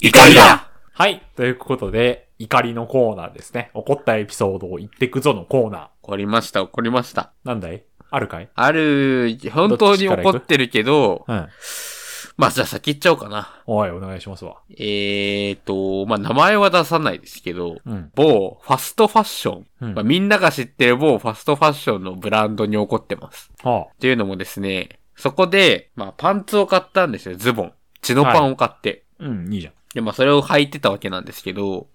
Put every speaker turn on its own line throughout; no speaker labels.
怒りだ
はい。ということで、怒りのコーナーですね。怒ったエピソードを言ってくぞのコーナー。
怒りました、怒りました。
なんだいあるかい
ある、本当に怒ってるけど、
うん。
まあ、じゃあ先行っちゃおうかな。
おい、お願いしますわ。
えーと、まあ、名前は出さないですけど、
うん。
某ファストファッション。
うん。
まあ、みんなが知ってる某ファストファッションのブランドに怒ってます。
は
っていうのもですね、そこで、まあ、パンツを買ったんですよ、ズボン。チノパンを買って。
あ、うん、いいじゃん。
で、まあ、それを履いてたわけなんですけど、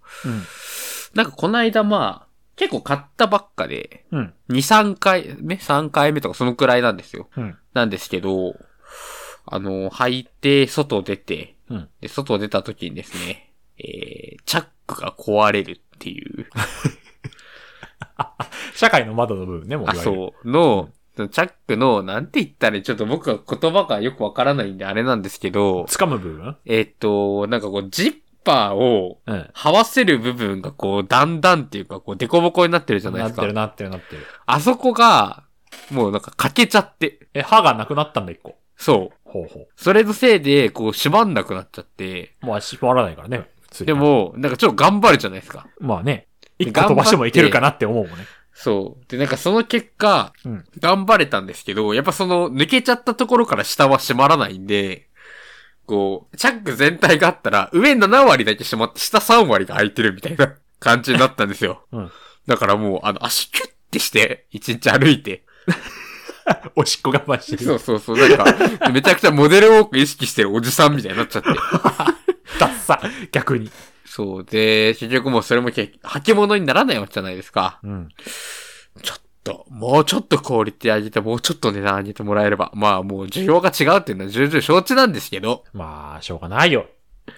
なんかこの間まあ、結構買ったばっかで、
うん。うん。
2、3回目 ?3 回目とかそのくらいなんですよ。
うん。
なんですけど、あの、履いて、外出て、
うん。
で、外出た時にですね、えー、チャックが壊れるっていう、
社会の窓の部分ね、もういわ
あ、
ゆる。
そう、の、そのチャックの、なんて言ったら、ちょっと僕は言葉がよくわからないんであれなんですけど、
掴む部分
えーっと、なんかこう、ジッパーを、
うん。
はわせる部分がこう、だんだんっていうか、こう、デコボコになってるじゃないで
な
す
っ
か
て。るなってるなってる。
あそこが、もうなんか欠けちゃって。
え、歯がなくなったんだ、一個。
そう。
ほうほ
それのせいで、こう、縛んなくなっちゃって。
う。もう足回らないからね、普通に
で、も、なんかちょっと頑張るじゃないですか。
まあね。一個
頑張って
飛ばしてもいけるかなって思うもんね。
そう。で、なんかその結果、
うん。
頑張れたんですけど、やっぱその、抜けちゃったところから下は閉まらないんで、こう、チャック全体があったら、上7割だけ閉まって、下3割が空いてるみたいな 感じになったんですよ。
うん。
だからもう、あの、足キュッてして、一日歩い て。
おしっこ我慢して
そう
る。
そうそう。なんか、めちゃくちゃモデルウォーク意識してるおじさんみたいになっちゃって。
ダッサ。逆に。
そう。で、結局もうそれもけ履物にならないわけじゃないですか。
うん。
ちょっと、もうちょっとクオリティ上げて、もうちょっと値段上げてもらえれば。まあもう需要が違うっていうのは重々承知なんですけど、
まあ、しょうがないよ。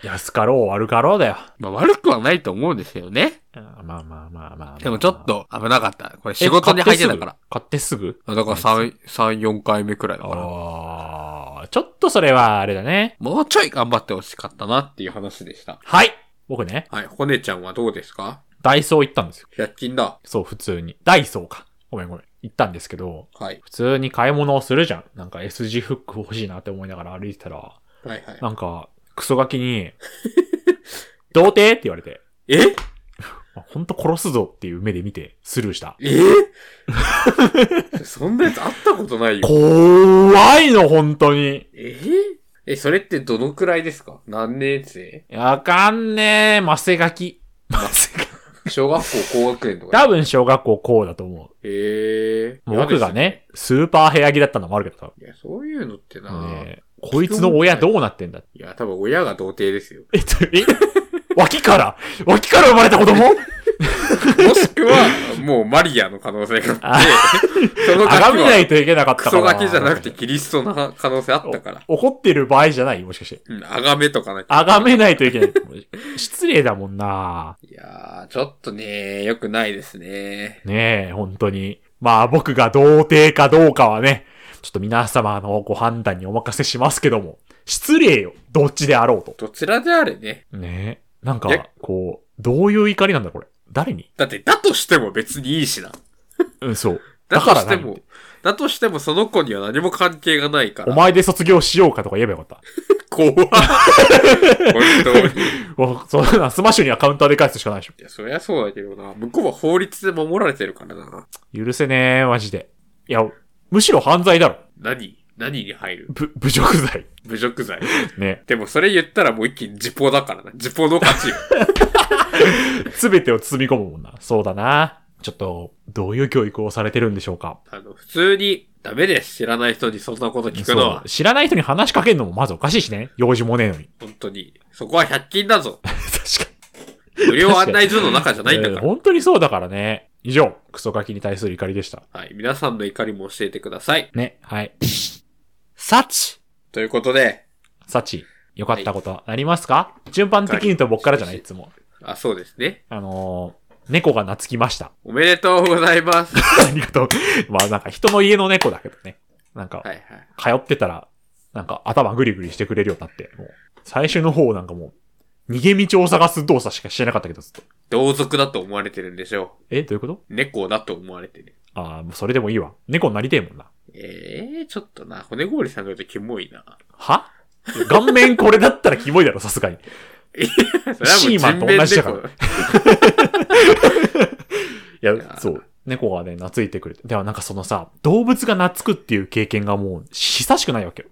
安かろう、悪かろうだよ。
まあ悪くはないと思うんですけどね。
あまあまあまあまあ。
でもちょっ、と危なかった。これ仕事に入ってたから。。
買ってすぐ
だから3、3、4回目くらいだから。
ああ、ちょっとそれはあれだね。
もうちょい頑張ってほしかったなっていう話でした。
はい僕ね、
はい、ほねちゃんはどうですか
ダイソー行ったんですよ。
100均だ。
そう、普通に。ダイソーか。ごめんごめん。行ったんですけど、
はい。
普通に買い物をするじゃん。なんか S 字フック欲しいなって思いながら歩いてたら、
はいはい。
なんか、クソガキ に、童貞って言われて、
え
あほんと殺すぞっていう目で見て、スルーした。
え そんなやつ会ったことないよ。
怖いの、本当に。
えーえ、それってどのくらいですか何年生
わかんねえ、マセガキ。マセガキ。
小学校高学年とか。
多分小学校こうだと思
え
う。僕が。ね、スーパー部屋着だったのもあるけど、多
い
分
や、そういうのってな、
ねえこいつの親どうなってんだ。
いや、多分親が童貞ですよ
えっと、 え脇から脇から生まれた子供
もしく は、もうマリアの可能性があ
あ
って、その
あ
ガ
が
キ
めな
はい
といけなかっ
ク
たから。
ソガキじゃなくてキリストな可能性あったから。
お怒ってる場合じゃないもしかして。
うん、あがめとかなきゃ
あがめないといけない。失礼だもんない
やー、ちょっとね、良くないですね。
ねえ、本当に。まあ僕が童貞かどうかはね、ちょっと皆様のご判断にお任せしますけども、失礼よ。どっちであろうと。
どちらであれね。
ねえ。なんか
いや、
こう、どういう怒りなんだこれ。誰に
だって、だとしても別にいいしな。
うん、そう。
だ
だ
と
から
して
何
も、だとしてもその子には何も関係がないから。
お前で卒業しようかとか言えばよかった。
怖っ 本当に。い
おそうな、スマッシュにはカウンターで返すしかないでしょ。
や、そりゃそうだけどな。向こうは法律で守られてるからな。
許せねえ、マジで。いや、むしろ犯罪だろ。
何何に入る
ぶ、侮辱罪。
侮辱罪。
ね。
でもそれ言ったらもう一気に自ポだからな。自ポの勝ちよ。
すべてを包み込むもんな。そうだな。ちょっと、どういう教育をされてるんでしょうか。
あの、普通に、ダメです。知らない人にそんなこと聞くの
そ
は
う。。知らない人に話しかけるのもまずおかしいしね。用事もねえのに。
本当に。そこは100均だぞ。
確
無料案内所の中じゃないんだ
え
か
ー
ら。
本当にそうだからね。以上、クソガキに対する怒りでした。
はい。皆さんの怒りも教えてください。
ね。 はい。
サチということで、
サチ、よかったことありますか、順番的に言うと僕からじゃないいつも。
あ、そうですね。
あのー、猫が懐きました。
おめでとうございます。は
ありがとう。まあなんか人の家の猫だけどね。なんか
い、はい。
通ってたら、なんか頭グリグリしてくれるようになって、もう、最終の方なんかもう、逃げ道を探す動作しかしてなかったけど、ずっと。
同族だと思われてるんでしょ
え、どういうこと
う。猫だと思われてる。
ああ、もうそれでもいいわ。猫になりてえもんな。
ええちょっとな、骨氷さんの言うとキモいな。
は顔面これだったらキモいだろ、さすがに。
それはもう
シーマンと同じだから
人面猫
いや
や、ー
そう。猫がね、懐いてくれて。でもなんかそのさ、動物が懐くっていう経験がもう、久しくないわけよ。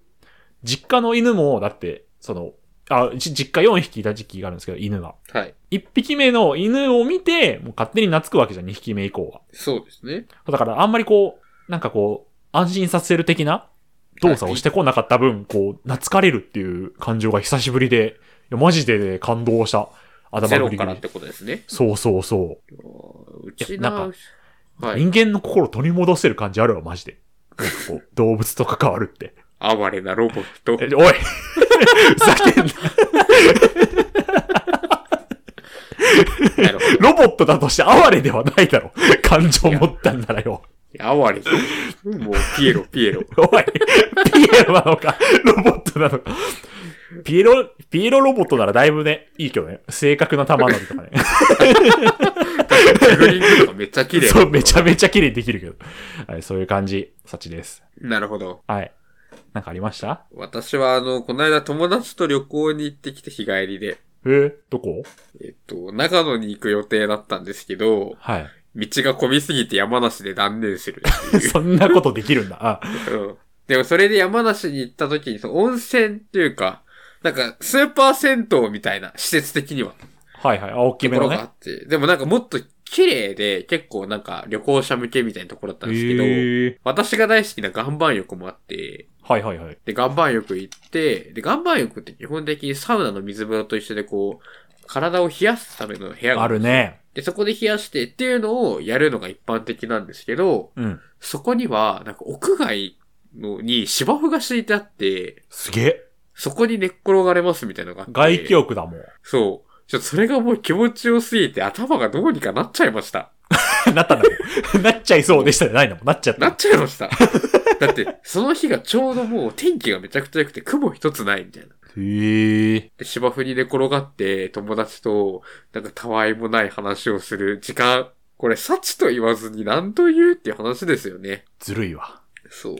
実家の犬も、だって、その、あ、じ実家4匹いた時期があるんですけど、犬が。
はい。
1匹目の犬を見て、もう勝手に懐くわけじゃん、2匹目以降は。
そうですね。
だからあんまりこう、なんかこう、安心させる的な動作をしてこなかった分、こう、懐かれるっていう感情が久しぶりで、いや、マジでね、感動した。頭
ゼロ
振り
から
切
ってことですね。
そうそうそう。
うち
いやな
の
ん、
はい。
人間の心を取り戻せる感じあるわ、マジで。こう動物と関わるって。
哀れなロボット。
えおいふざけんな。
な るほ
ロボットだとして哀れではないだろ。感情を持ったんならよ。
ど。哀れ。もう、ピエロ、ピエロ。
おいピエロなのか、ロボットなのか。ピエロ、ピエロロボットならだいぶね、いいけどね。正確な玉乗りとかね。
ジャグリングとかめっちゃ綺麗。
そう、めちゃめちゃ綺麗にできるけど。はい、そういう感じ、サチです。
なるほど。
はい。なんかありました
私は、あの、この間友達と旅行に行ってきて日帰りで、
えーどこ
えっと、長野に行く予定だったんですけど、
はい。
道が混みすぎて山梨で断念するってい
そんなことできるんだ。あ
う。うん。でもそれで山梨に行った時に、その温泉っていうか、なんか、スーパー銭湯みたいな、施設的には、
はいはい。あ大き
と
め
こ
の
ろがあ
ね。
って、でもなんかもっと綺麗で、結構なんか旅行者向けみたいなところだったんですけど、
へー
私が大好きな岩盤浴もあって、
はいはいはい。
で、岩盤浴行って、で、岩盤浴って基本的にサウナの水風呂と一緒でこう、体を冷やすための部屋が
あるね。
で、そこで冷やしてっていうのをやるのが一般的なんですけど、
うん。
そこには、なんか屋外のに芝生が敷いてあって、
すげえ。
そこに寝っ転がれますみたいなのがあって。
外気浴だもん。
そう。ちょっとそれがもう気持ちよすぎて頭がどうにかなっちゃいました。
なったんだもん。 なっちゃいそうでしたじゃないのもん。なっちゃっ。
なったちゃいま した。だって、その日がちょうどもう天気がめちゃくちゃ良くて雲一つないみたいな。
へえ。
で、芝生に寝転がって友達となんかたわいもない話をする時間。これ、幸と言わずに何と言うっていう話ですよね。
ずるいわ。
そう。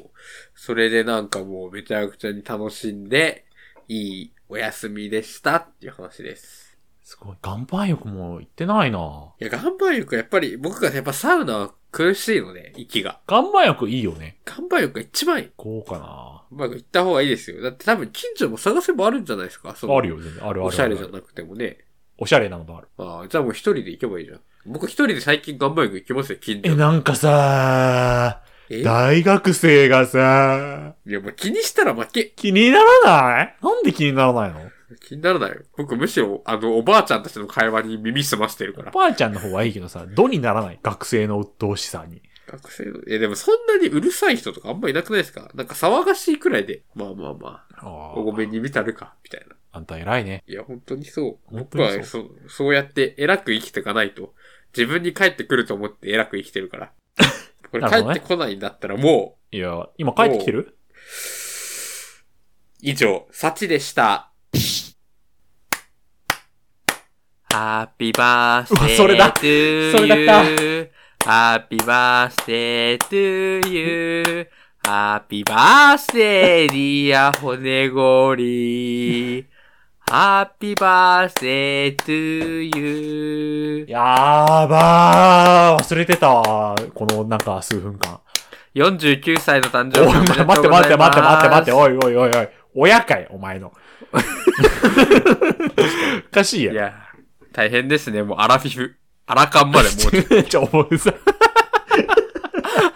それでなんかもうめちゃくちゃに楽しんで、いいお休みでしたっていう話です。
すごい。岩盤浴も行ってないない
や、岩盤浴やっぱり、僕がやっぱサウナは苦しいので、息が。
岩盤浴いいよね。
岩盤浴が一番いい。
こうかな
うまく行った方がいいですよ。だって多分近所も探せばあるんじゃないですかその
あるよ、全然。あるあるある。
おしゃれじゃなくてもね。
おしゃれなのもある。
ああ、じゃあもう一人で行けばいいじゃん。僕一人で最近岩盤浴行きますよ、近
え、
所。
なんかさ
え
大学生がさ
いや、もう気にしたら負け。
気にならないなんで気にならないの
気にならないよ。僕むしろ、あの、おばあちゃんたちの会話に耳澄ましてるから
お。ばあちゃんの方がいいけどさ、どにならない学生の鬱陶しさに。
学生の、え、でもそんなにうるさい人とかあんまいなくないですかなんか騒がしいくらいで、まあまあま
ああ
あ、おごめんに見たるか、みたいな。
あんた偉いね。
いや、本当にそう。
本
僕
当に
は
そう。
そう、そうやって偉く生きていかないと、自分に帰ってくると思って偉く生きてる から。これ
なる
帰
ほど
っ
ね
てこないんだったらも
いや、今帰ってきてる
う、以上、幸でした。ハッピーバース
うわ それだ
to
それだった
you. Happy birthday to you. Happy birthday, dear 骨ごり。Happy birthday to you.
やーばー忘れてたわこのなんか数分間。
49歳の誕
お
生
い、
日おめでと
待って
うございます。
待って待って待って待って待って、おいおいおいおい。親かい、お前の。おかしいや
い
ん。
や、大変ですね。もうアラフィフ。アラカンまで もうちょっと。
ちょ、もうさ。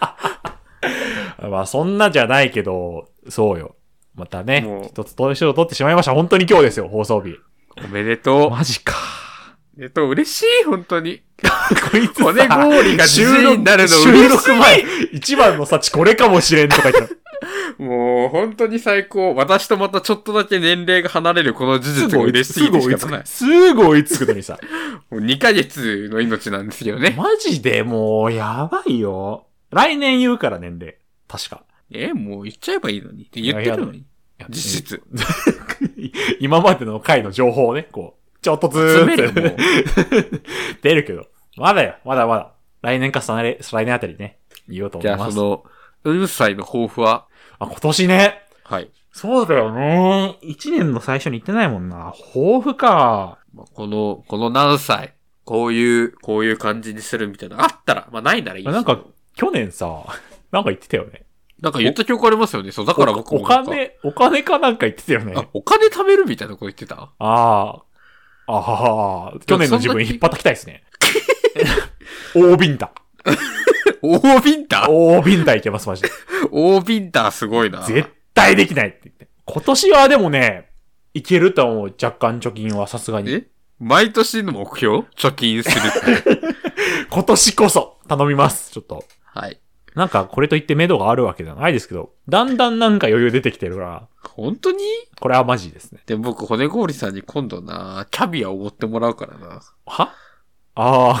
まあ、そんなじゃないけど、そうよ。また
もう
ね、一つ年を取ってしまいました。本当に今日ですよ、放送日。
おめでと
マジか。
う。えっと、嬉しい、本当 に。
こいつさ
骨氷がじじいになるの
収
嬉しい
録収録前、一番の幸これかもしれんとか言ってた。
もう、本当に最高。私とまたちょっとだけ年齢が離れるこの事
す
実
ぐ
が
追い
嬉
つ
しいですし
ぐ追い
か
つ
とない
く。。すぐ追いつくのにさ。
もう2ヶ月の命なんですよ ね。
マジでもう、やばいよ。来年言うから年齢。確か。
え、もう言っちゃえばいいのにって言ってるのに。実質。
今までの回の情報をね、こう、ちょっとず
詰める
ー
よ、もう
つ 出るけど。まだよ、まだまだ。来年か再来再来年あたりね、言おうと思
じゃ
い
あ、
ます。
その、運歳の抱負は、
あ、今年ね。
はい。
そうだよね。一年の最初に言ってないもんな。抱負か。
まあこの、この何歳、こういう、こういう感じにするみたいな。あったら、まあないならいい
あ
し
なんか、去年さ、なんか言ってたよね。
なんか言った記憶ありますよね。そう、だから僕
おお
もなんか、
金、お金かなんか言ってたよね。
あ、お金貯めるみたいなこと言ってた
ああ。ああ。去年の自分
そんな
引っ張ってきたいで すね。大ビンタ。
大ビンタ
大ビンタいけます、マジで。
大ビンタすごいな。
絶対できないって言って。今年はでもね、いけると思う。若干貯金はさすがに。
え毎年の目標貯金するって。
今年こそ頼みます。ちょっと。
はい。
なんかこれといって目処があるわけじゃないですけど、だんだんなんか余裕出てきてるから、
本当に
これはマジですね。
で、僕、骨氷さんに今度な、キャビアおごってもらうからな。
はあ あ。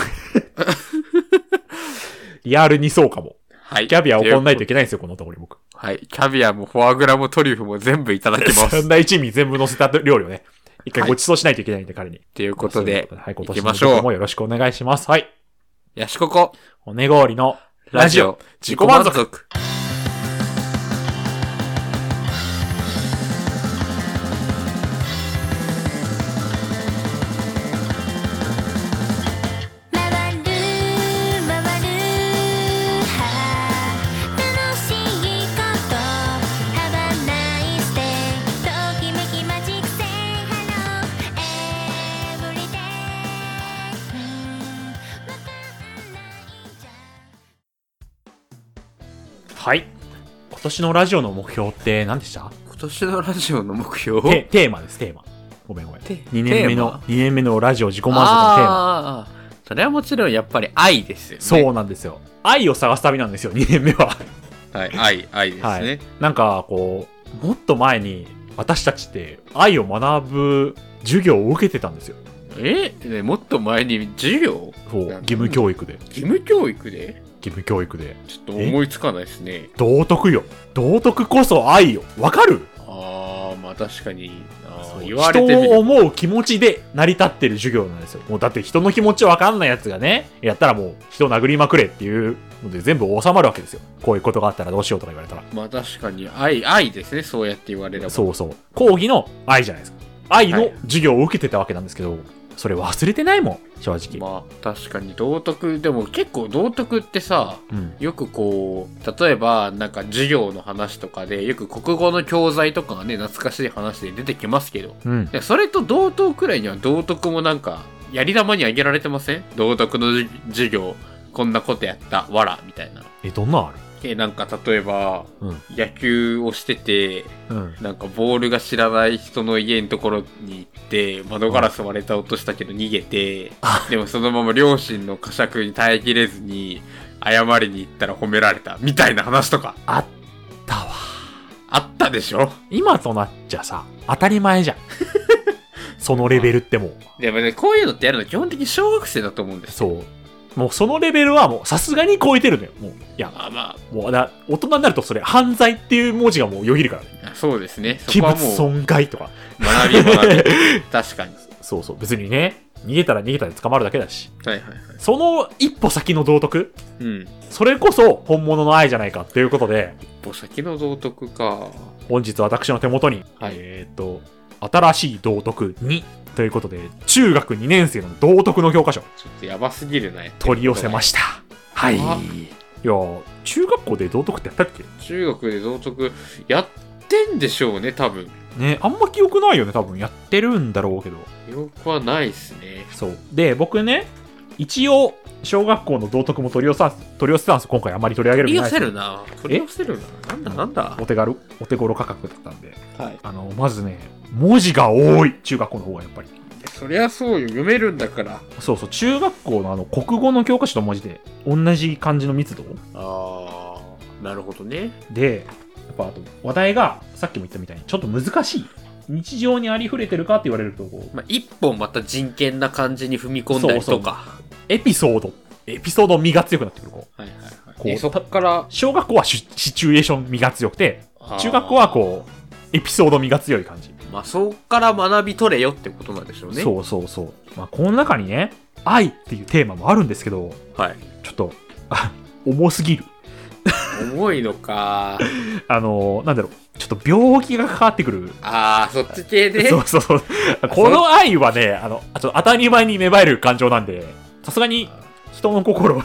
リアルにそうかも。
はい。
キャビア怒んないとい
で
けないんですよ、このところに僕。
はい。キャビアもフォアグラもトリュフも全部いただきま
そん
す。
な一味全部乗せた料理をね、一回
はい
ご馳走しないといけないんで、彼に。
ということで
そう、はい、
行
今年
き
の
ま
と
し
こ
ょう
ろもよろしくお願いします。はい。
ヤシココ、
骨氷の
ラジオ、
自己満足。
足。
「まわるまわる楽しいこと」「ハバナイスデー」「ときめきマジックセイハロー」「エブリデイ」「わかんないじゃん」
はい。今年のラジオの目標って何でした
今年のラジオの目標
テテーマです、テーマ。ごめんごめん。
テ
2年目
テー
の
マ、
二年目のラジオ自己満足のテー
あ
マ。
ーそれはもちろんやっぱり愛ですよね。
そうなんですよ。愛を探す旅なんですよ、2年目は。
はい、愛、愛ですね。
はいなんか、こう、もっと前に私たちって愛を学ぶ授業を受けてたんですよ。
え、ね、もっと前に授業
そう、
なんだ
義務教育で。
義務教育で
義務教育で。
ちょっと思いつかないですね。
道徳よ。道徳こそ愛よ。わかる
ああ、まあ確かに。あー
そう
言われてみ
人を
る。
思う気持ちで成り立ってる授業なんですよ。もうだって人の気持ちわかんないやつがね、やったらもう人殴りまくれっていうので全部収まるわけですよ。こういうことがあったらどうしようとか言われたら。
まあ確かに愛、愛ですね。そうやって言われれば。
そうそう。講義の愛じゃないですか。愛
は
の
い
授業を受けてたわけなんですけど、それ忘れてないもん、正直。
まあ確かに道徳、でも結構道徳ってさ、
うん。
よくこう、例えばなんか授業の話とかで、よく国語の教材とかがね、懐かしい話で出てきますけど、
うん。
でそれと同等くらいには道徳もなんか、やり玉にあげられてません道徳のじ授業、こんなことやった、わら、みたいな。
え、どんなんあ
え、なんか例えば、
るうん。
野球をしてて、
うん。
なんかボールが知らない人の家のところに行って窓ガラス割れた音したけど逃げて
あ
でもそのまま両親の呵責に耐えきれずに謝りに行ったら褒められたみたいな話とか
あったわ。
あったでしょ
今となっちゃさ、当たり前 じゃん。そのレベルってもう。
でもねこういうのってやるの基本的に小学生だと思うんですよ
そう。もうそのレベルはもうさすがに超えてるのよ。もう、いや、
あま
もうだ、大人になるとそれ犯罪っていう文字がもうよぎるからね。
あそうですねそ
器
こは
物
もう
損害とか。
学び学 び確かに
そうそう。別にね、逃げたら逃げたで捕まるだけだし。
はいはいはい
その一歩先の道徳
うん
それこそ本物の愛じゃないかっていうことで、
一歩先の道徳か
本日私の手元に、
はい
えーっと、新しい道徳2ということで、中学2年生の道徳の教科書、
ちょっとやばすぎるな
取り寄せま
し
した。はい。い
あ
やー、中学校で道徳ってやったっけ
た中学で道徳やってんでしょうね多分
ね、あんま記憶ないよね、多分やってるんだろうけど。
記憶はないですね。
そう。で、僕ね、一応、小学校の道徳も取り寄せた取り寄せたんですよ今回あまり取り上げる
取
気
り
ない
寄
です
せ
けど
るな。取り寄せるな。なんだなんだ。
お手軽、お手頃価格だったんで。
はい。
あの、まずね、文字が多い、中学校の方がやっぱり。
そりゃそうよ。読めるんだから。
そうそう、中学校のあの、国語の教科書と文字で、同じ漢字の密度
ああ、なるほどね。
で、やっぱあと、話題が、さっきも言ったみたいに、ちょっと難しい。日常にありふれてるかって言われると、こう、
まあ、一本また人権な感じに踏み込んだりとか。
エピソード、エピソード身が強くなってくる、こう。
はいはい
こ
は
う
い。えそこから、
小学校はシシチュエーション身が強くて、中学校はこう、エピソード身が強い感じ。
う。まあ、そこから学び取れよってことなんでしょうね。
そうそうそう。まあ、この中にね、愛っていうテーマもあるんですけど、
はい。
ちょっと、あ重すぎる。
重いのか。
あの、なんだろう、ちょっちょっと病気がかかってくる。
あー、そっち系で。
そうそうそう。この愛はね、あの、ちょっと当たり前に芽生える感情なんで、さすがに人の心 を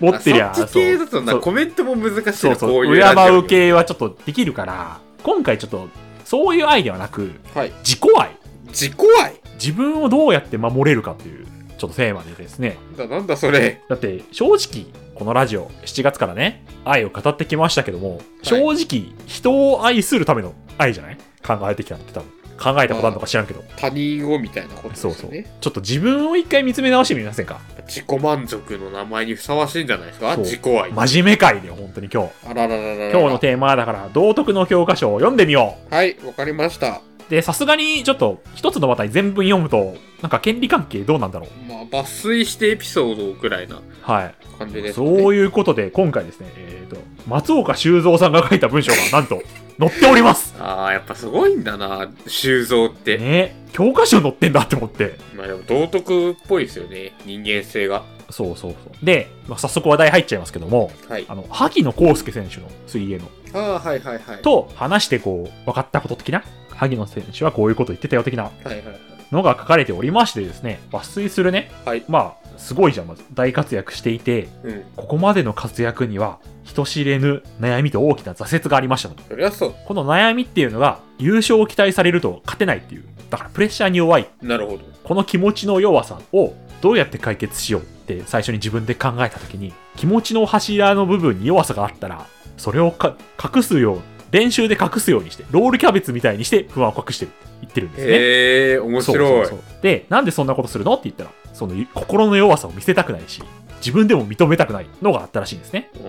持ってりゃ、
あそっち系だとな、
そう
コメントも難しい
そう
な
そう
こういうラジオ
敬う系はちょっとできるから、今回ちょっと、そういう愛ではなく、
はい。
自己愛。
自己愛
自分をどうやって守れるかという、ちょっとテーマでですね。
だ、なんだそれ。
だって、正直、このラジオ、7月からね、愛を語ってきましたけども、正直、人を愛するための愛じゃない考えてきたのって多分。考えたことあるのか知らんけど。
他人をみたいなことです
そ
よ
う
ね。
そう。ちょっと自分を一回見つめ直してみませんか
自己満足の名前にふさわしいんじゃないですか
そう
自己愛。
真面目会で、本当に今日。
あららららら
今日のテーマはだから、道徳の教科書を読んでみよう
はい、わかりました。
で、さすがに、ちょっと、一つの話題全文読むと、なんか権利関係どうなんだろう
まあ、抜粋してエピソードぐらいな
はい。
感じです、ね。
そういうことで、今回ですね、えっ、と、松岡修造さんが書いた文章が、なん と、載っております
ああ、やっぱすごいんだな、修造って。
ね教科書載ってんだって思って。
まあでも道徳っぽいですよね、人間性が。
そうそうそう。で、まあ、早速話題入っちゃいますけども、
はい。
あの、萩野公介選手の水泳の、
ああ、はいはいはい。
と話してこう、分かったこと的な、萩野選手はこういうこと言ってたよ的な
はいはいはい。
のが書かれておりましてですね、抜粋するね、
はい。
まあ、すごいじゃん、まず大活躍していて、
うん。
ここまでの活躍には、人知れぬ悩みと大きな挫折がありましたと。
そりゃそ
この悩みっていうのが、優勝を期待されると勝てないっていう。だからプレッシャーに弱い。
う。なるほど。
この気持ちの弱さをどうやって解決しようって最初に自分で考えた時に、気持ちの柱の部分に弱さがあったら、それをか隠すよう、練習で隠すようにして、ロールキャベツみたいにして不安を隠してるって言ってるんですね。
へえ、面
そう
白い。
そうそうで、なんでそんなことするのって言ったら、その心の弱さを見せたくないし、自分でも認めたくないのがあったらしいんですね。
うん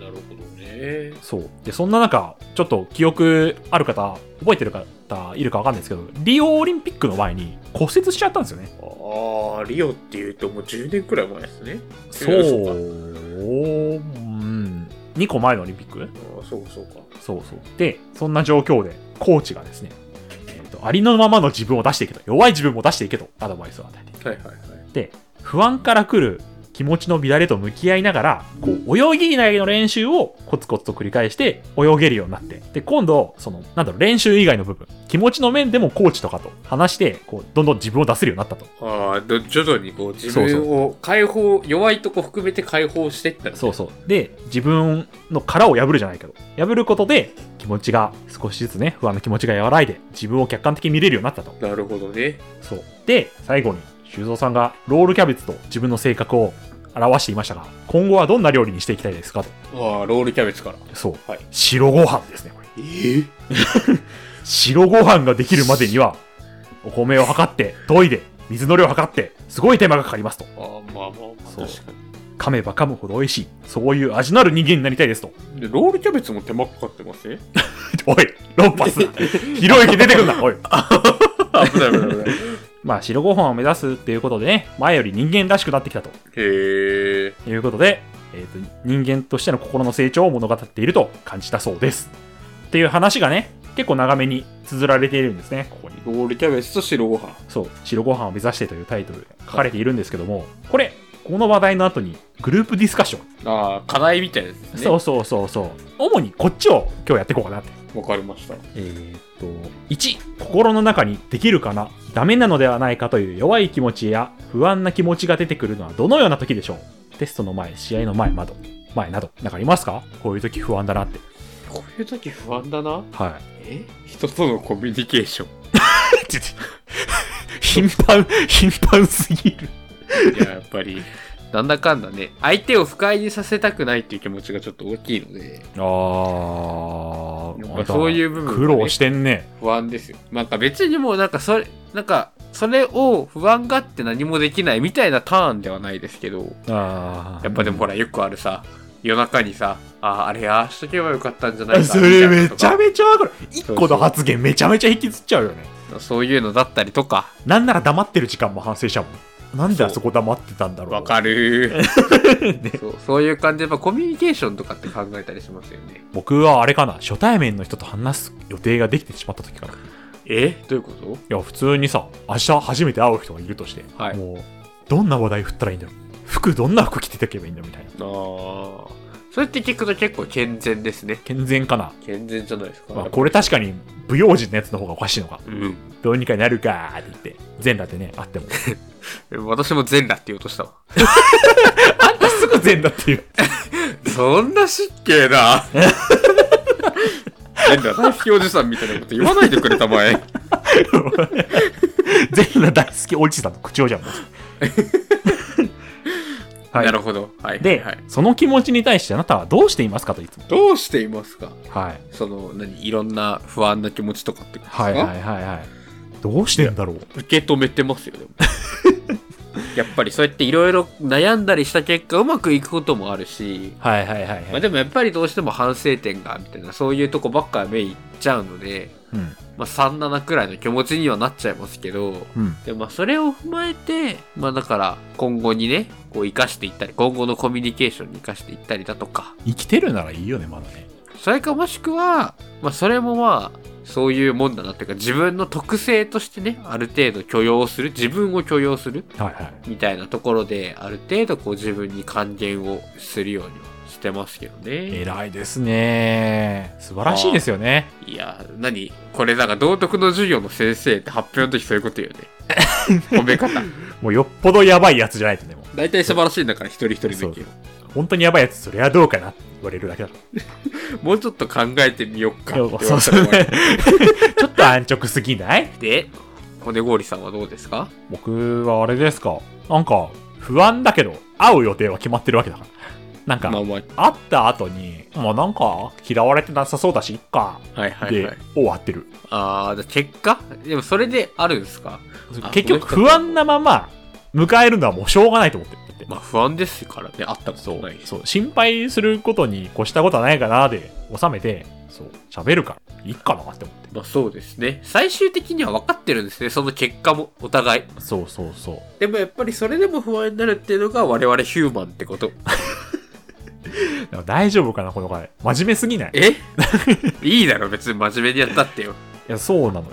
なるほどね。
そう。で、そんな中、ちょっと記憶ある方、覚えてる方いるかわかんないですけど、リオオリンピックの前に骨折しちゃったんですよね。
ああ、リオっていうともう10年くらい前ですね。
そう。
そうか
うん。2個前のオリンピック
ああ、そうそうか。
そうそう。で、そんな状況で、コーチがですね、えーと、ありのままの自分を出していけと、弱い自分も出していけと、アドバイスを与
は
えて。
いはいはい。
不安から来る気持ちの乱れと向き合いながら、こう、泳ぎ投げの練習をコツコツと繰り返して泳げるようになって、で、今度、その、なんだろう、練習以外の部分、気持ちの面でもコーチとかと話して、こう、どんどん自分を出せるようになったと。
ああ、ど徐々にこう自
そうそう
分を解放、弱いとこ含めて解放してったら
そうそう。で、自分の殻を破るじゃないけど、破ることで、気持ちが少しずつね、不安の気持ちが和らいで、自分を客観的に見れるようになったと。
なるほどね。
そう。で、最後に、修造さんがロールキャベツと自分の性格を表していましたが、今後はどんな料理にしていきたいですかと。
ああ、ロールキャベツから。
そう。
はい
白ご飯ですね、これ。
ええ
白ご飯ができるまでには、お米を測って、研いで、水の量を測って、すごい手間がかかりますと。
ああ、まあまあまあ、
そう
確か
噛めば噛むほど美味しい。そういう味のある人間になりたいですと。
に。で、ロールキャベツも手間かかってますね。
おい、論破す な。ひろゆき出てくんな、おい。
危ない危ない危 ない。
まあ、白ご飯を目指すっていうことでね、前より人間らしくなってきたと
へえ。
いうことで、えーと、人間としての心の成長を物語っていると感じたそうです。っていう話がね、結構長めに綴られているんですね、ここに。
ロールキャベツと白ご飯。
そう、白ご飯を目指してというタイトルで書かれているんですけども、これ、この話題の後にグループディスカッション。
ああ、課題みたいなやつですね。
そうそうそうそう。主にこっちを今日やっていこうかなって。
わかりました。
えーっと、1、心の中にできるかな、ダメなのではないかという弱い気持ちや不安な気持ちが出てくるのはどのような時でしょうテストの前、試合の前、窓、前など。なんかありますかこういう時不安だなって。
こういう時不安だな。
はい。
え人とのコミュニケーション。
ちょちょ頻繁、頻繁すぎる。
いや、やっぱ り、なんだかんだね、相手を不快にさせたくないっていう気持ちがちょっと大きいので、
あ
やっぱそういう部分がね
苦労してんね。
不安ですよ。なんか別にもうなんかそれ、なんか、それを不安がって何もできないみたいなターンではないですけど、
あ
やっぱでもほら、よくあるさ、夜中にさ、あ、あれああしとけばよかったんじゃない
あ
か
それめちゃ
め
めちゃわかる。一個の発言めちゃめちゃ引きずっちゃうよね。
そういうのだったりとか、
なんなら黙ってる時間も反省したもん。なんであそこ黙ってたんだろう。
わかる、
ね
そう。そういう感じで、やっぱコミュニケーションとかって考えたりしますよね。
僕はあれかな、初対面の人と話す予定ができてしまった時から。い
えどういうこと
や、普通にさ、明日初めて会う人がいるとして、
はい
もう、どんな話題振ったらいいんだろう。服どんな服着てたけばいいんだみたいな。
ああ。それって聞くと結構健全ですね。
健全かな。
健全じゃないですか。
まあ、これ確かに、不用心のやつの方がおかしいのか。
うん。
どうにかなるかーって言って、全裸でね、あっ ても。
私も全裸って言おうとしたわ。
あんたすぐ全裸っていう。
そんな失敬 な。全裸大好きおじさんみたいなこと言わないでくれたまえ。
全裸大好きおじさんの口調じゃん。もうはい
なるほど。はい。
で、
はい、
その気持ちに対してあなたはどうしていますかといつも。
どうしていますか
はい。
その、何いろんな不安な気持ちとかってことですか、
はいはいはいはい。どうしてんだろう。
受け止めてます よ、でも。やっぱりそうやっていろいろ悩んだりした結果、うまくいくこともあるし、
はいはいはい
ま
は
あ、
い。
でもやっぱりどうしても反省点がみたいなそういうとこばっか目いっちゃうので、
うん。
まあ、37くらいの気持ちにはなっちゃいますけど
うん。
でもまあそれを踏まえてまあだから今後にねこう生かしていったり今後のコミュニケーションに生かしていったりだとか
生きてるならいいよね、まだね。
それかもしくは、まあ、それもまあそういうもんだなっていうか自分の特性としてねある程度許容する自分を許容する
はいはい。
みたいなところである程度こう自分に還元をするようにはしてますけどね。
偉いですね。素晴らしいですよね。
いや、何これなんか道徳の授業の先生って発表の時そういうこと言うね。褒め 方。
もうよっぽどやばいやつじゃないとね、もう
大体素晴らしいんだから一人一人の意見
本当にやばいやつ、それはどうかなって言われるだけだと。
をもうちょっと考えてみよっ か。って言
そ
わ
う
れた
そ
ら
う
終わ
ね。ちょっと安直すぎない
りで、骨氷さんはどうですか
僕はあれですか。なんか、不安だけど、会う予定は決まってるわけだから。なんか、
まあま
会った後に、まあなんか、嫌われてなさそうだし、いっか。
あ、はいはいは
で
い。、
終わってる。
あー、じゃあ結果でもそれであるんですかあ
結局、不安なまま、迎えるのはもうしょうがないと思ってる。だって
まあ不安ですからね、あったこと
そう
ないし。
そう心配することに越したことはないかなで収めてそう喋るからいいかなって思って
まあそうですね。最終的には分かってるんですね、その結果も、お互い。
そうそうそう
でもやっぱりそれでも不安になるっていうのが我々ヒューマンってこと。
だから大丈夫かなこの回真面目すぎないい
えいいだろ別に真面目にやったってよ
やそうなのよ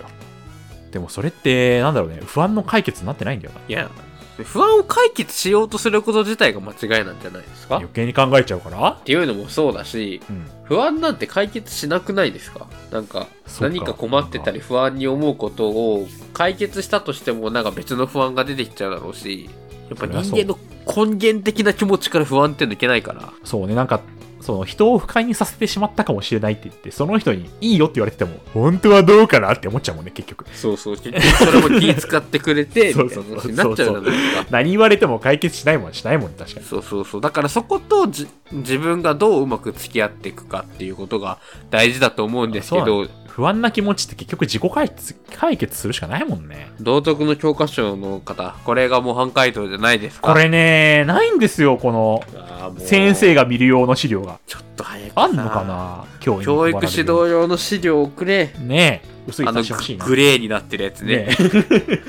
でもそれってなんだろうね不安の解決になってないんだよ
いや不安を解決しようとすること自体が間違いなんじゃないです
な
かっ
余計に考えちゃうから
ていうのもそうだし
うん
不安なんて解決しなくないですかなんか
そうか
何か困ってたり不安に思うことを解決したとしてもなんか別の不安が出てきちゃうだろうしやっぱ人間の根源的な気持ちから不安って抜けないから
そうねなんかその人を不快にさせてしまったかもしれないって言ってその人にいいよって言われてても本当はどうかなって思っちゃうもんね結局
そうそう結局それも気使ってくれて
そ
み
う
たい
そ
な
うそ
話
う
になっちゃうじゃないですか
何言われても解決しないもんしないもん確かに
そうそうそう。だからそことじ自分がどううまく付き合っていくかっていうことが大事だと思うんですけ
あそう
ど、
不安な気持ちって結局自己解決解決するしかないもんね
道徳の教科書の方、これが模範解答じゃないですか。
これね、ないんですよ、この
あーもう
先生が見る用の資料が。
ちょっと早くさ
あんのかな教員
教育指導用の資料をくれ。
ねえ、薄い
あの
足してほしい
グ
な。
グレーになってるやつね。
ねえ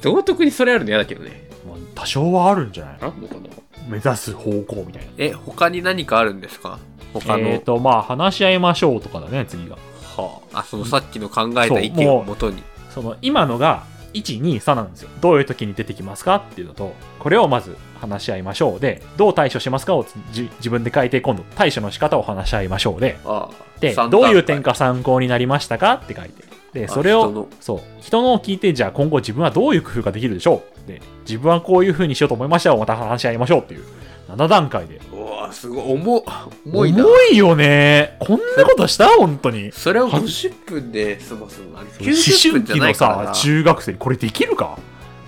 道徳にそれあるの嫌だけどね。
まあ多少はあるんじゃない
あんのかな
目指す方向みたいな。
え、他に何かあるんですか他の、
えっ、と、まあ、話し合いましょうとかだね、次が。
はあ、あそのさっきの考えた意見をもとに。
その、今のが、1、2、3なんですよ。どういう時に出てきますかっていうのと、これをまず話し合いましょうで、どう対処しますかをじ自分で書いて、今度対処の仕方を話し合いましょうで、
あ
で
三段階
どういう点か参考になりましたかって書いてで
あ
それ
人
を
の
そう人のを聞いてじゃあ今後自分はどういう工夫ができるでしょうで自分はこういう風にしようと思いましたをまた話し合いましょうっていう7段階で
うわすごい重っ重いな
よねこんなことした本当に
それを50分で済ますのなんて
思
90
春
分じゃ
期
な
の
いから
さ
な
中学生にこれできるか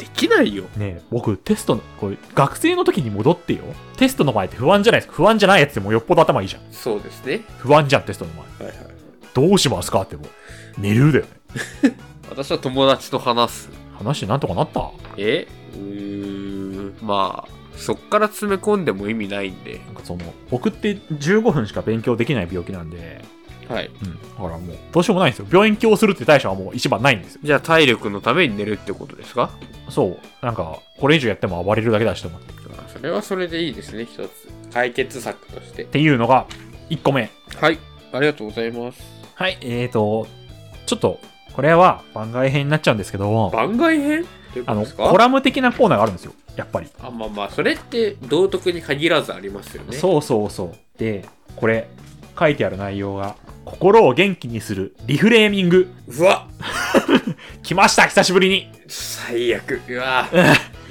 できないよ
ねえ僕テストのこれ学生の時に戻ってよテストの前って不安じゃないですか不安じゃないやつでもよっぽど頭いいじゃん
そうですね
不安じゃんテストの前
はいはい
どうしますかってもう寝るだよね
私は友達と話す
話してなんとかなった
えうーんまあそっから詰め込んでも意味ないんで
なんかその僕って15分しか勉強できない病気なんで、
はい
うん、だからもうどうしようもないんですよ病院強するって対処はもう一番ないんですよ
じゃあ体力のために寝るってことですか
そうなんかこれ以上やっても暴れるだけだしと思ってっ
あそれはそれでいいですね一つ解決策として
ていうのが1個目
はいありがとうございます
はいえーとちょっとこれは番外編になっちゃうんですけど
番外編というこ
あ
と
の、
ですか
コラム的なコーナーがあるんですよ。やっぱり。
あ、まあまあ、それって道徳に限らずありますよね。う。
そうそうそう。で、これ、書いてある内容が、心を元気にするリフレーミング。
うわ
来ました久しぶりに
最悪。う わ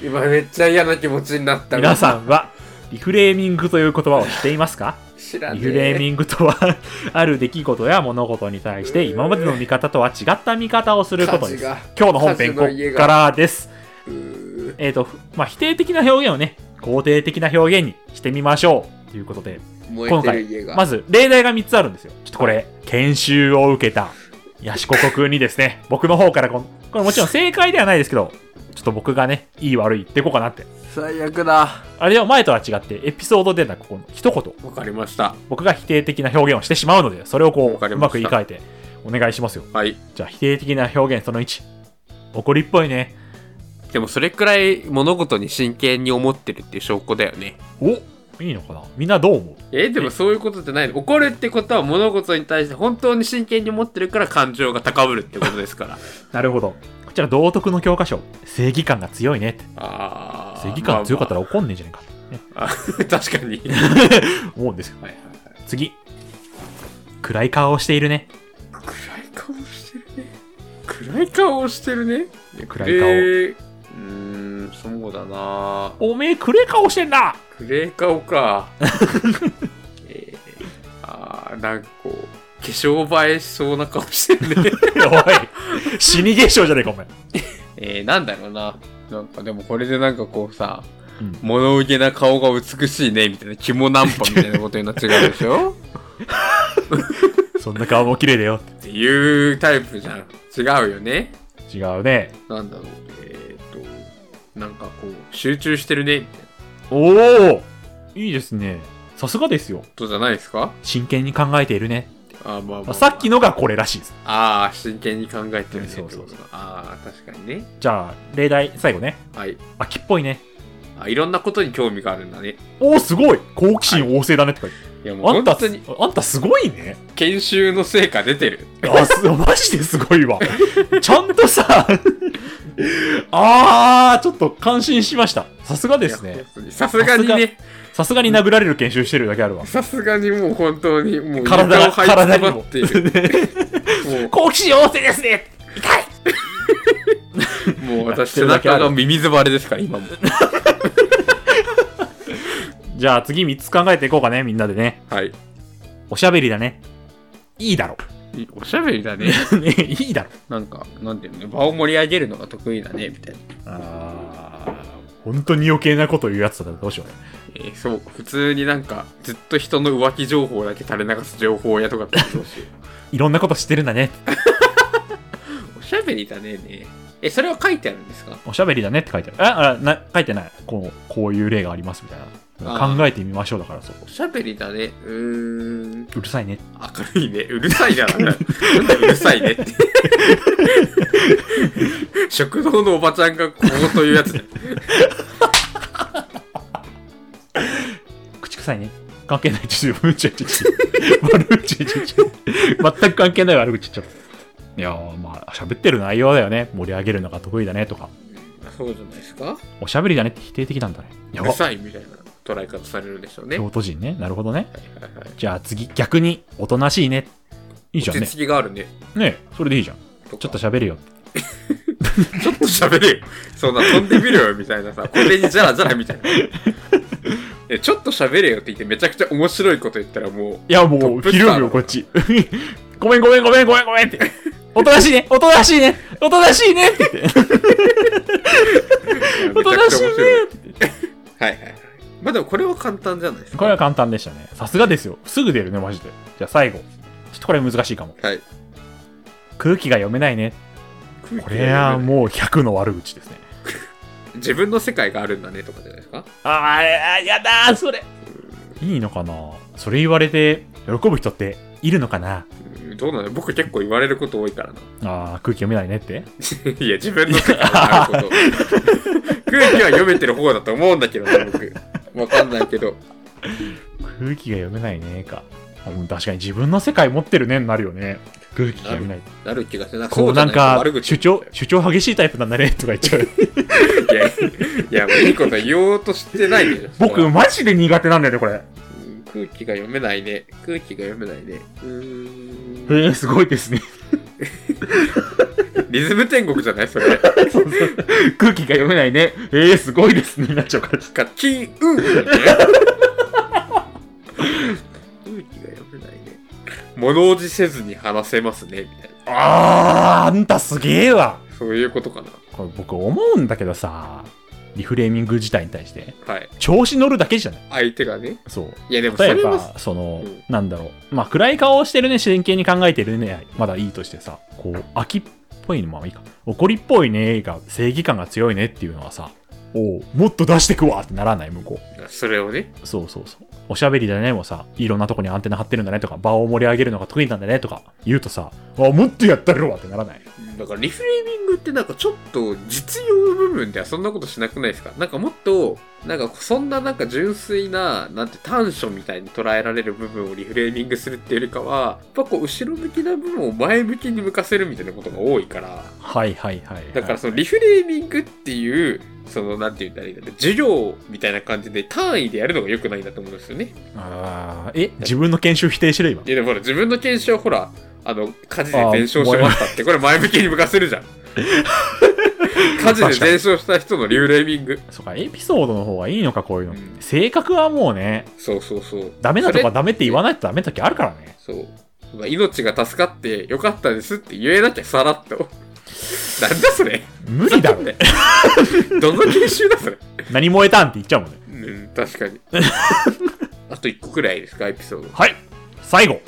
今めっちゃ嫌な気持ちになった。
皆さんは、リフレーミングという言葉を知っていますか
知らね
リ
え
フレーミングとは、ある出来事や物事に対して、今までの見方とは違った見方をすることです
火事が。
今日の本編、
火事
こ
の家
っ
が
からです。
うー
えっ、と、まあ、否定的な表現をね、肯定的な表現にしてみましょう。ということで、
燃え
今
て
回
る家が。
まず、例題が3つあるんですよ。ちょっとこれ、研修を受けた、ヤシココくんにですね、僕の方からこの、これもちろん正解ではないですけど、ちょっと僕がね、いい悪い言っていこうかなって。
最悪だ。
あれでは前とは違って、エピソードでな、ここの一言、
わかりました。
僕が否定的な表現をしてしまうので、それをこ
わ
う、
かり
う
ま
ま
した
く言い換えて、お願いしますよ。
はい。
じゃあ、否定的な表現その1。怒りっぽいね。
でもそれくらい物事に真剣に思ってるっていう証拠だよね。
おいいのかなみんなどう思う
えでもそういうことじゃないの怒るってことは物事に対して本当に真剣に思ってるから感情が高ぶるってことですから
なるほど。こちら、道徳の教科書、正義感が強いねって。
あー
正義感強かったら
ま
怒んねえんじゃねえかってね、
あまあ 確かにはい
思うんですよ。
はいはい
次。暗い顔をしているね。
暗い顔してるね暗い顔してるね
暗い顔
えーうーんそうだな
おめえ、暗い顔してんな
暗い顔かえー、あーなんかこう化粧映えしそうな顔してるね
おい、死に化粧じゃねえか、お前。
えー、なんだろうななんかでもこれでなんかこうさ
うん
物憂げな顔が美しいねみたいな肝ナンパみたいなことになっちゃうでしょ
そんな顔も綺麗だよ。
っていうタイプじゃん違うよね
違うね。
なんだろうえー、っとなんかこう集中してるねみたいな
おおいいですね。さすがですよ。
ことじゃないですか
真剣に考えているね。
あー、まあまあま
ま
あ
あさっきのがこれらしいです。
ああ真剣に考えてるね
そうそうそう
ってことだああ確かにね
じゃあ、例題、最後ね。
はい
秋っぽいね。
あいろんなことに興味があるんだね
おお、すごい好奇心旺盛だねって書いて
いやもう
ある。あん
本
た、
当に
あんたすごいね。
研修の成果出てる
あ、す、 マジですごいわ。ちゃんとさ、あー、ちょっと感心しました。さすがです
いや
ね。
本当にさすがにね
さすがに殴られる研修してるだけあるわ。
さすがにもう本当にもう床
体が、
を這い
体
つ
に
ば
も
っている。も
好奇心旺盛ですね痛いう
もう私背中が耳ずばれですから今も
じゃあ次3つ考えていこうかね、みんなでね。
はい
おしゃべりだね。いいだろ。
いおしゃべりだね
ねいいだろ。
なんかなんていうのね場を盛り上げるのが得意だねみたいな、
あー本当に余計なこと言うやつだったらどうしようね。
えーそう普通になんかずっと人の浮気情報だけ垂れ流す情報やとかってどうしよ
いろんなことしてるんだね。
う おしゃべりだねねえそれは書いてあるんですか
おしゃべりだねって書いてある。あ、あな書いてない。こうこういう例がありますみたい
あ
な。
ー
考えてみましょうだからそう。
おしゃべりだねうーん
うるさいね。
明るいねうるさいじゃんなんだうるさいね って食堂のおばちゃんがこうというやつだ
口臭いね。関係ない。ちょっと、うんちょちょちょ。悪口、ちょちょ。全く関係ない悪口、ちょっと。いやー、まあ、喋ってる内容だよね。盛り上げるのが得意だねとか。
そうじゃないですか
おしゃべりだねって否定的なんだね。
う
やば
る。さいみたいな捉え方されるでしょうね。
京都人ね。なるほどね。
はいはい
じゃあ次、逆に、おとなしいね。いいじゃん
落
ね
ち。着きがあるね。
ねえそれでいいじゃん。
とか
ちょっと喋るよ。
ちょっと喋れよ。そんな飛んでみろよみたいなさ、これにじゃらじゃらみた いな。えちょっと喋れよって言ってめちゃくちゃ面白いこと言ったらも
いや、
ト
も
ッ
う、
プ
ひ
スター
るむよ、こっち。 ごめん、ごめん、ごめん、ごめん、ごめんって。おとなしいね、おとなしいね、おとなしいねって
う、
言って。お
めち
と
ゃく
な
ちゃ
しいね
面白い。はいはいはい。まあでもこれは簡単じゃないですか。
これは簡単でしたね。さすがですよ。すぐ出るね、マジで。じゃあ最後。ちょっとこれ難しいかも。
はい。
空気が読めないね。これはもう100の悪口ですね。
自分の世界があるんだねとかじゃないですか。
ああ、やだー、それ。いいのかなそれ言われて、喜ぶ人っているのかな
うんどうなの僕結構言われること多いからな。
ああ、空気読めないねって。
いや、自分の世界がある こと。空気は読めてる方だと思うんだけどね、僕。わかんないけど。
空気が読めないねか。あもう確かに自分の世界持ってるねになるよね。空気読みない。
なる気がしな
こうなんか
悪、口
主張、主張激しいタイプなんだね、とか言っちゃう。
いや、いや、もういいこと言おうとしてないでしょ。
僕、
うん
マジで苦手なんだよね、これ。
空気が読めないね。空気が読めないね。うーん。
へえ、すごいですね。
リズム天国じゃないそれ。
そうそう空気が読めないね。へえ、すごいですね、になっちゃうから。
か、き、うん。空気が読めないね。物おじせずに話せますね、みたいな。
あー、あんたすげえわ。
そういうことかな。
これ僕思うんだけどさ、リフレーミング自体に対して、
はい。
調子乗るだけじゃない
相手がね。
そう。
いや、でもそ
例え
れは、
ば、その、
うん
なんだろう。まあ、暗い顔をしてるね、真剣に考えてるね、まだいいとしてさ、こう、秋っぽいのまあいいか。怒りっぽいねが、正義感が強いねっていうのはさ、おうもっと出してくわってならない、向こ
それをね。
う。そうそうそう。おしゃべりだねもさ、いろんなとこにアンテナ張ってるんだねとか、場を盛り上げるのが得意なんだねとか、言うとさ、あ、もっとやったるわってならない。
だからリフレーミングってなんかちょっと実用部分ではそんなことしなくないですかなんかもっと、なんかそんななんか純粋な、なんて短所みたいに捉えられる部分をリフレーミングするっていうよりかは、やっぱこう後ろ向きな部分を前向きに向かせるみたいなことが多いから、
はいはいはい、はい。
だからそのリフレーミングっていう、そのなんて言うんだろうな、授業みたいな感じで単位でやるのが良くないんだと思うんですよね。
あーえ、自分の研修否定してる今
い。やでもほら自分の研修はほら、あの、火事で全焼しましたって、これ前向きに向かせる じゃん。火事で全焼した人のリフレーミング。
そうか、エピソードの方がいいのか、こういうの。
うん
性格はもうね、
そうそうそう。
ダメなとこは
そ
ダメって言わないとダメな時あるからね。
れそう。まあ命が助かってよかったですって言えなきゃさらっと。 なんだそれ
無理 だろ。
どの研修だそれ
何燃えたんって言っちゃうもんね。
うん、確かに。 あと1個くらいですか、エピソー
はい。最後。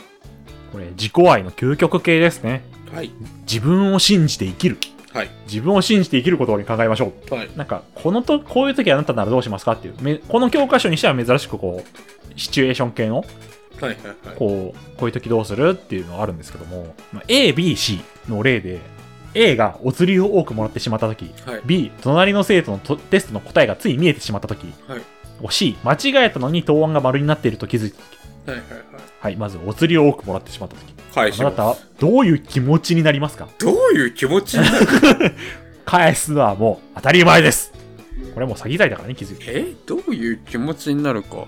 これ、自己愛の究極系ですね。
ド。はい。
自分を信じて生きる。
はい。
自分を信じて生きることに考えましょ
はい。
う。なんか、このと、こういう時あなたならどうしますかっていう。めこの教科書にしては珍しくこう、シチュエーション系の、
はいはいはい。
こう、こういう時どうするっていうのがあるんですけども、まあ A、B、C の例で、A がお釣りを多くもらってしまった時、
はい。
B、隣の生徒のとテストの答えがつい見えてしまったとき、
はい
C、間違えたのに答案が丸になっていると気づいたとき、
はいはいはい。
はい、まずお釣りを多くもらってしまったとき、
返
あ
し
な
ます
たはどういう気持ちになりますか
どういう気持ちになる
返すのはもう当たり前ですこれもう詐欺罪だからね、気づいて。
えどういう気持ちになるか。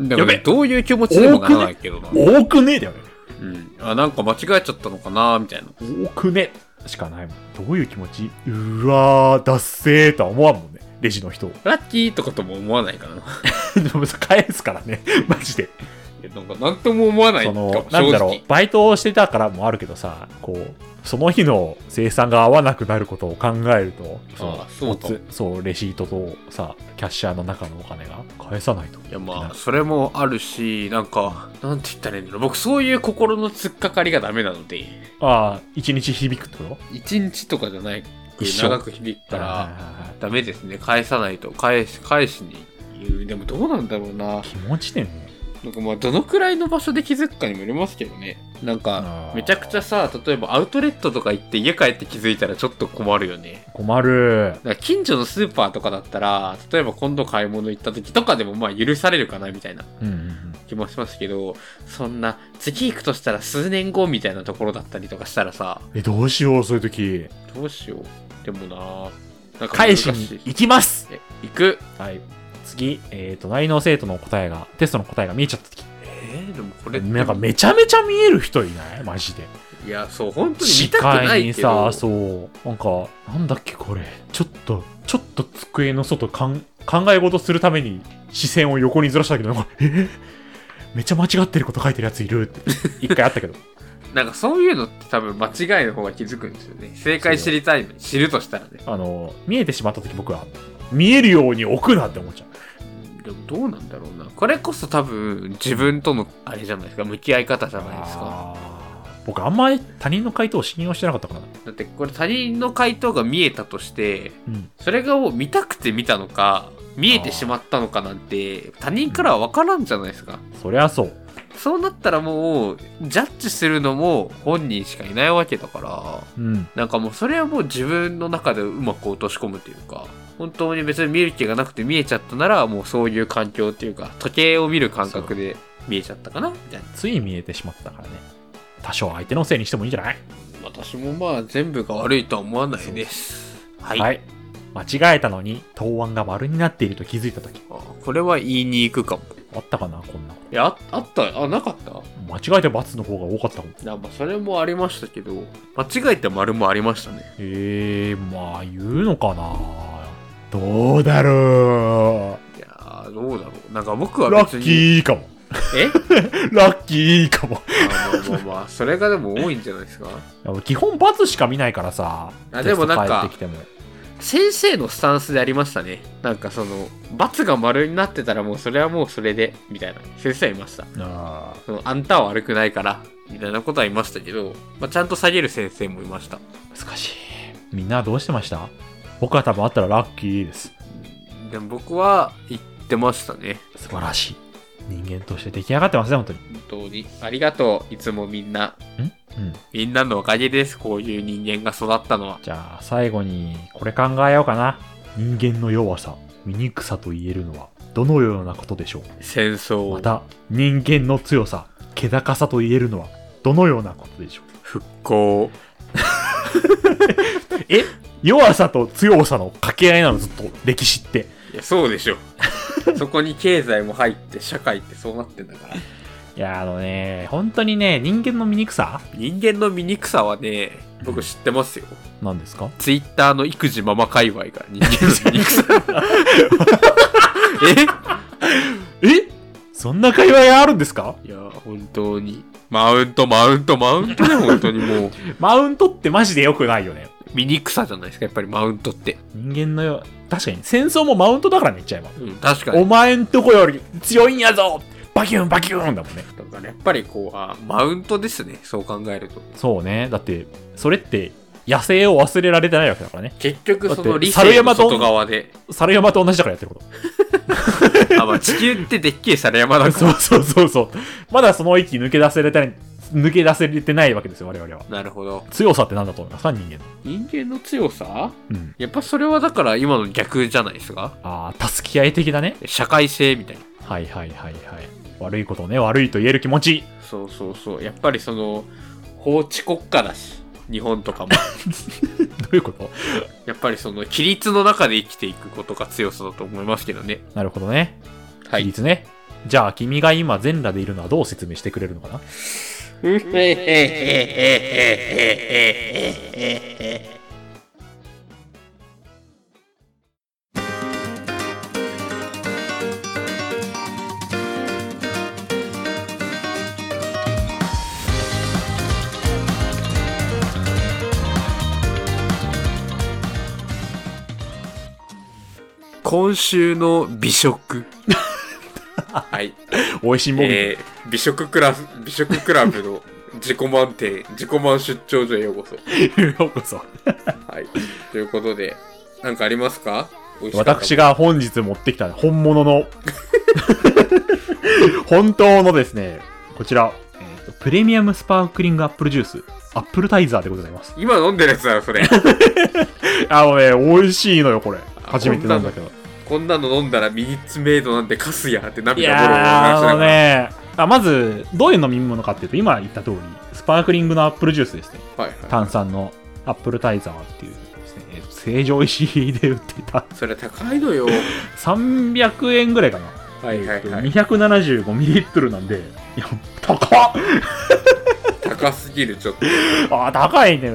だ
や
か
べ
らどういう気持ちにもならないけどな。
多くねえだよね。
うん。あ、なんか間違えちゃったのかなみたいな。
多くねしかないもん。どういう気持ちうわー、だっせーとは思わんもんね。レジの人。
ラッキーとかとも思わないかな。
でも返すからね、 マジで。
いやなんかなんとも思わない
そ
かも
の、なん
正
だろう
直。、
バイトをしてたからもあるけどさ、こう、その日の生産が合わなくなることを考えると、
ああそうか
おつそう、レシートとさ、キャッシャーの中のお金が返さないと。
いやま
な
あ、それもあるし、なんか、なんて言ったらいいんだろう。僕、そういう心の突っかかりがダメなので、
ああ、一日響くってこと
一日とかじゃない
一生
長く響くか
はい
ら、
はいはいはい
ダメですね。返さないと。返し、返しに言う。でもどうなんだろうな。
気持ちでね。
なんかまあどのくらいの場所で気づくかにもよりますけどねなん
あ
か
ー
めちゃくちゃさ例えばアウトレットとか行って家帰って気づいたらちょっと困るよね
困る。
だから近所のスーパーとかだったら例えば今度買い物行った時とかでもまあ許されるかなみたいな
うんうんうん。
気もしますけどそんな次行くとしたら数年後みたいなところだったりとかしたらさ
え、どうしよう、そういう時。
どうしようでもななんか
返
難
しに
い
行きます
え行く
はい。次、えー、隣の生徒の答えが、テストの答えが見えちゃった時。
えー、でもこれ
なんかめちゃめちゃ見える人いないマジで。
いやそう本当に
視
見たくな
界
い
に
けど
さそうなんかなんだっけこれちょっとちょっと机の外かん考え事するために視線を横にずらしたけどなんかえーめっちゃ間違ってること書いてるやついるって一回あった けど
なんかそういうのって多分間違いの方が気づくんですよね。正解知りたいのに知るとしたらね。
あの見えてしまった時僕は見えるように置くなって思っちゃう
でもどうなんだろうな。これこそ多分自分とのあれじゃないですか。向き合い方じゃないですか。
あー僕あんまり他人の回答を信用してなかったから、
だってこれ他人の回答が見えたとして、
うん、
それがもう見たくて見たのか、見えてしまったのかなんて他人からは分からんじゃないですか。
そりゃそう
そうなったらもうジャッジするのも本人しかいないわけだから。
うん
なんかもうそれはもう自分の中でうまく落とし込むというか、本当に別に見る気がなくて見えちゃったなら、もうそういう環境っていうか、時計を見る感覚で見えちゃったかなみたいな。
つい見えてしまったからね多少相手のせいにしてもいいんじゃない
私もまあ全部が悪いとは思わないです。は。
はい間違えたのに、答案が丸になっていると気づいたとき、
あこれは言いに行くかも。
あったかな、こんなこ
いや、ああった、あ、なかった
と。間違えて罰の方が多かったかも。
いやまあそれもありましたけど、間違えて丸もありましたね。
ええー、まあ言うのかなどうだろ
いやー、どうだろう。なんか僕
う
は
ラ
別
ッ
に。
キーかも。
え
ラッキーかも。
あまあまあまあ、それがでも多いんじゃないですか。
基本罰しか見ないからさ。
あでもなんか
テスト帰ってきても
先生のスタンスでありましたね。なんかその、罰が丸になってたらもうそれはもうそれで、みたいな。先生はいました。
あ
そのあんたは悪くないから、みたいなことはいましたけど、まあ、ちゃんと下げる先生もいました。
ー難しい。みんなどうしてました僕は多分あったらラッキーです。
でも僕は言ってましたね。
素晴らしい。人間として出来上がってますね、本当に。
本当に。ありがとう、いつもみんな。
うん。
みんなのおかげです、こういう人間が育ったのは。
じゃあ最後にこれ考えようかな。人間の弱さ、醜さと言えるのはどのようなことでしょう
戦争、
また人間の強さ気高さと言えるのはどのようなことでしょう
復興。
え弱さと強さの掛け合いなのずっと歴史って
いや、そうでしょ。 そこに経済も入って、社会ってそうなってんだから。
いやあのね本当にね人間の醜さ
人間の醜さはね、僕知ってますよ。
なんですか
ツイッターの育児ママ界隈が人間の醜さ。
えそんな会話があるんですか
えいや、本当に。マウント、マウント、マウントね、本当にもう。
マウントってマジで良くないよね
醜さじゃないですか、やっぱりマウントって。
人間のよ確かに戦争もマウントだからね言っちゃえば、
うん、確か
お
に。
前んとこより強いんやぞバキュンバキュンだもんね
だからやっぱりこう、あマウントですね、そう考えると。
そうねだってそれって野生を忘れられてないわけだからね
結局、そ
だっ
の
て
理性の外側で。
猿山と同じだからやってること
あ、まあ、地球ってでっけえ猿山だか
そう
ら。
そうそうそう。まだその域抜け出せれてない、抜け出せれてないわけですよ、我々は。
なるほど。
強さって何だと思いますか、人間の。
人間の強さ
うん。
やっぱそれはだから今の逆じゃないですか
ああ、助け合い的だね。
社会性みたいな。
はいはいはいはい。悪いことをね、悪いと言える気持ち。
そうそうそう。やっぱりその、法治国家だし、日本とかも。
どういうこと
やっぱりその、規律の中で生きていくことが強さだと思いますけどね。
なるほどね。
は
規
い。
律ね。じゃあ、君が今全裸でいるのはどう説明してくれるのかな
今週の美食。 はい。
美味しいもん、
えー美食クラブ、 美食クラブの自己満点、 自己満出張所へようこそ。
ようこそ。
はい。ということで、なんかありますか
私
が。
が本日持ってきた本物の 本当のですねこちら、えーとプレミアムスパークリングアップルジュースアップルタイザーでございます
今飲んでるやつだろ、それ。
あのね美味しいのよこれ
あ
初めてなんだけど
こんなの飲んだらミニッツメイドなんてカスやって
い
涙ボロボロ流し
やーあ
な
の
がら。
ねあまずどういう飲み物かっていうと今言った通りスパークリングのアップルジュースですね
はいは
炭酸のアップルタイザーっていうですねえーと成城石井で売っていた
い。それ高いの よ。
300円ぐらいかな
はいはいはい。
275ミリリットルなんで、いや、高っ
高すぎる、ちょっと。
あー高いね。え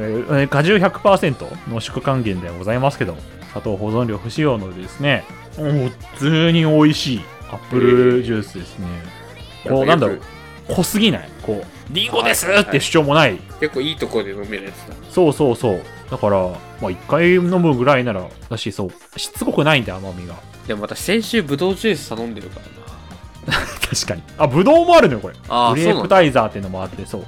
ー果汁100%濃縮還元ではございますけど、砂糖保存量不使用のですね、もう普通に美味しいアップルジュースですね。こう、なんだろう、濃すぎない。こう、リンゴですって主張もない。
結構いいとこで飲めるやつだ。
そうそうそう。だから、まあ一回飲むぐらいなら、だし、そう、しつこくないんで甘みが。
でも私先週ブドウジュース頼んでるからな。
確かに。あ、ぶどうもあるのよ、これ。
あー
グレープタイザーっていうのもあって、そう。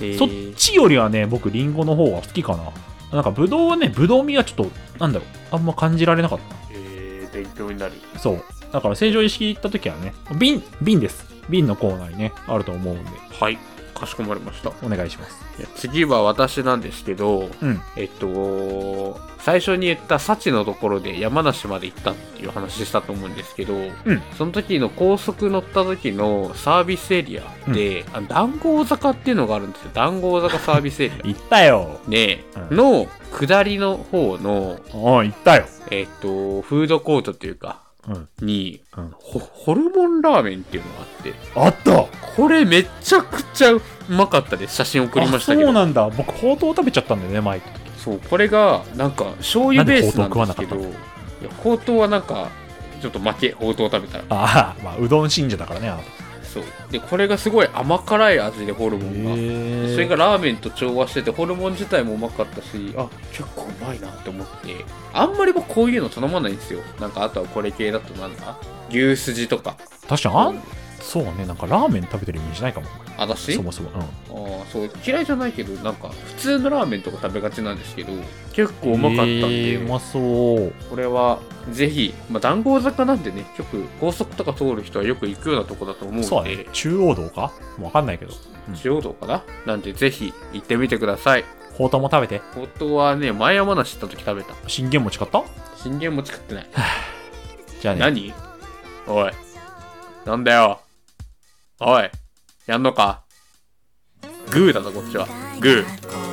え
そっちよりはね、僕、リンゴの方が好きかな。なんか、ぶどうはね、ぶどう味はちょっと、なんだろう、あんま感じられなかっ
えー、勉強になる。
た。そう。だから、成城石井行った時はね、瓶、瓶です。瓶のコーナーにね、あると思うんで。
はい。かしこまりました。
お願いします。
いや次は私なんですけど、
うん。
えっと、最初に言ったサチのところで山梨まで行ったっていう話したと思うんですけど、
うん
その時の高速乗った時のサービスエリアで、あの談合坂っていうのがあるんですよ。談合坂サービス エリア。
行ったよ。
ねえ、
うん
の下りの方の、
おい、行ったよ。
えっと、フードコートっていうか、
うん。
に、
うん
ホホルモンラーメンっていうのがあって、
あった
これめちゃくちゃうまかったです。写真送りましたけ
あそ
ど。
うなんだ。僕、ほうとう食べちゃったんだよね、前行った時。
そうこれが、なんか、醤油ベースなんですけど、
なん
い
で
やほうとうはなんか、ちょっと負け、ほうとう食べたら。
ああ、まあ、うどん信者だからね、あな
そう。で、これがすごい甘辛い味でホル
た。
モンが。
へ
それがラーメンと調和してて、ホルモン自体もうまかったし、あ、結構うまいなって思って、あんまり僕こういうの頼まないんですよ。なんか、あとはこれ系だとなんだ牛すじとか。
確かに、あん、そうね、なんかラーメン食べてるイメージないかも。
あだし
そもそも。うん。
あーそう嫌いじゃないけどなんか普通のラーメンとか食べがちなんですけど結構うまかったんで、
えーうまそう。
これはぜひ、まあ、談合坂なんでねよく高速とか通る人はよく行くようなとこだと思
そううんだね
で。
中央道かもうわかんないけど。うん
中央道かななんでぜひ行ってみてください
ほうとうも食べて。
本当はね前山梨行った時食べた
信玄餅買った
信玄餅食ってない、
じゃあね。
何おいなんだよおいやんのかグーだぞこっちはグー